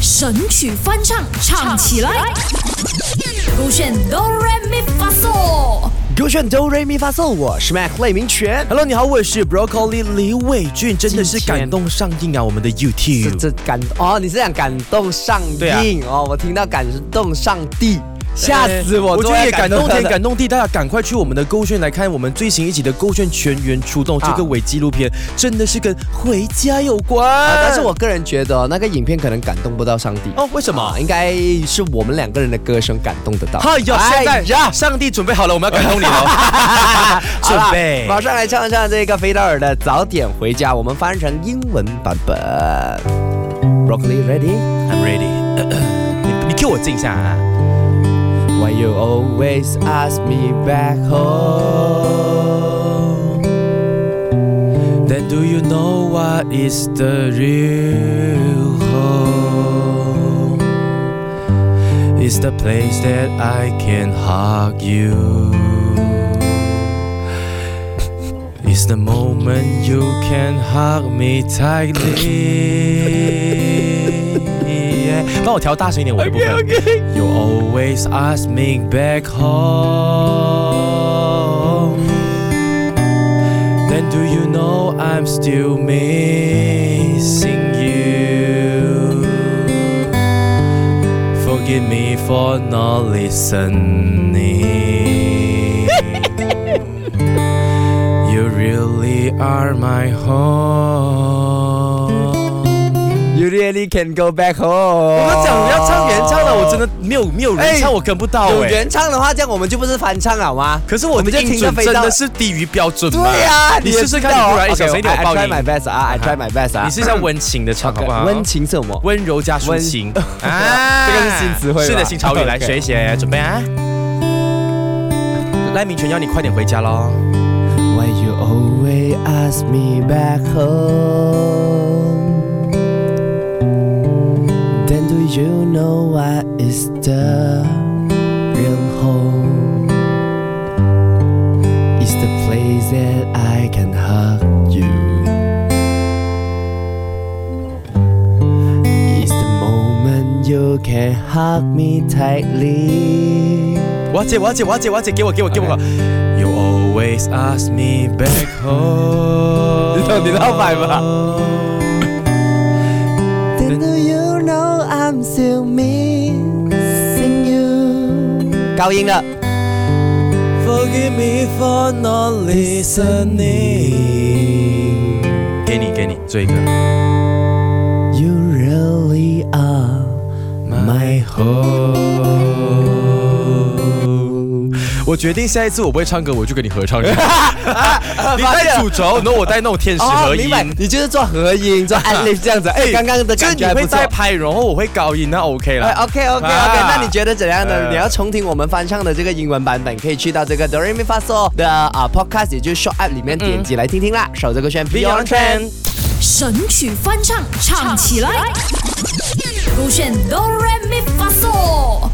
神曲翻唱，唱起来。勾选哆来咪发嗦，勾选哆瑞咪发嗦，我是 Mac 赖明全。Hello，你好，我是 Broccoli 李伟俊，真的是今天感动上映啊！我们的是 YouTube 这感哦，你是想感动上对啊帝、哦？我听到感动上帝，吓死我！哎我觉都得要也感动天他的感动地，大家赶快去我们的勾选来看我们最新一集的勾选全员出动这啊个伪纪录片，真的是跟回家有关。啊但是我个人觉得那个影片可能感动不到上帝哦，为什么啊？应该是我们两个人的歌声感动得到。哎呀，现在哎呀上帝准备好了，我们要感动你了。 好准啦备，马上来唱一唱这个菲道尔的《早点回家》，我们翻成英文版本。Broccoli ready? I'm ready 你。你 Q 我这一下啊。 Why you always ask me back home? Then do you know what is the real home? It's the place that I can hug you. It's the moment you can hug me tightly. Yeah. 帮我调大声一点我的部分。You always ask me back home. Then do you know I'm still missing you? Forgive me for not listening. you really are my home. You really can go back home。我没有没有人唱我跟不到有原唱的话，这样我们就不是翻唱好吗？可是我们的就音听着准飞真到的。是低于标准嘛。对呀、啊你也试试知看，道不然哦你小声一点，我 Okay，I- 爆 I try 音。 my best 啊，I try my best 啊。你是一下温情的唱，好不好？温情是什么？温柔加抒情 啊这个是新词汇吧是的，新潮语 OK 来学一学，准备啊！赖明全要你快点回家喽。 Why you always ask me back home? Then do you know what is the real home? It's the place that I can hug you. It's the moment you can hug me tightly. 我要接，我要接，我要接，我要接，给我，给我，给我。You always ask me back home 你懂你老板吧 Then do you know I'm still missing you？高音了。 Forgive me for not listening。给你，给你，最后一个。 You really are my home。我决定下一次我不会唱歌，我就跟你 合唱。你带主轴，然后我带那种天使合音。哦你就是做合音，做 ad lib 这样子。 哎，刚刚的就是感你觉还会不错啊带。拍，然后我会高音，那哎 OK 了。 ，OK OK OK，啊那你觉得怎样呢？呃你要重听我们翻唱的这个英文版本，可以去到这个 Do Re Mi Fa So 的啊 Podcast，也就是 Short App 里面点击来听听啦。守这个旋嗯 Beyond Trend。神曲翻唱，唱起来。勾选哆来咪发嗦。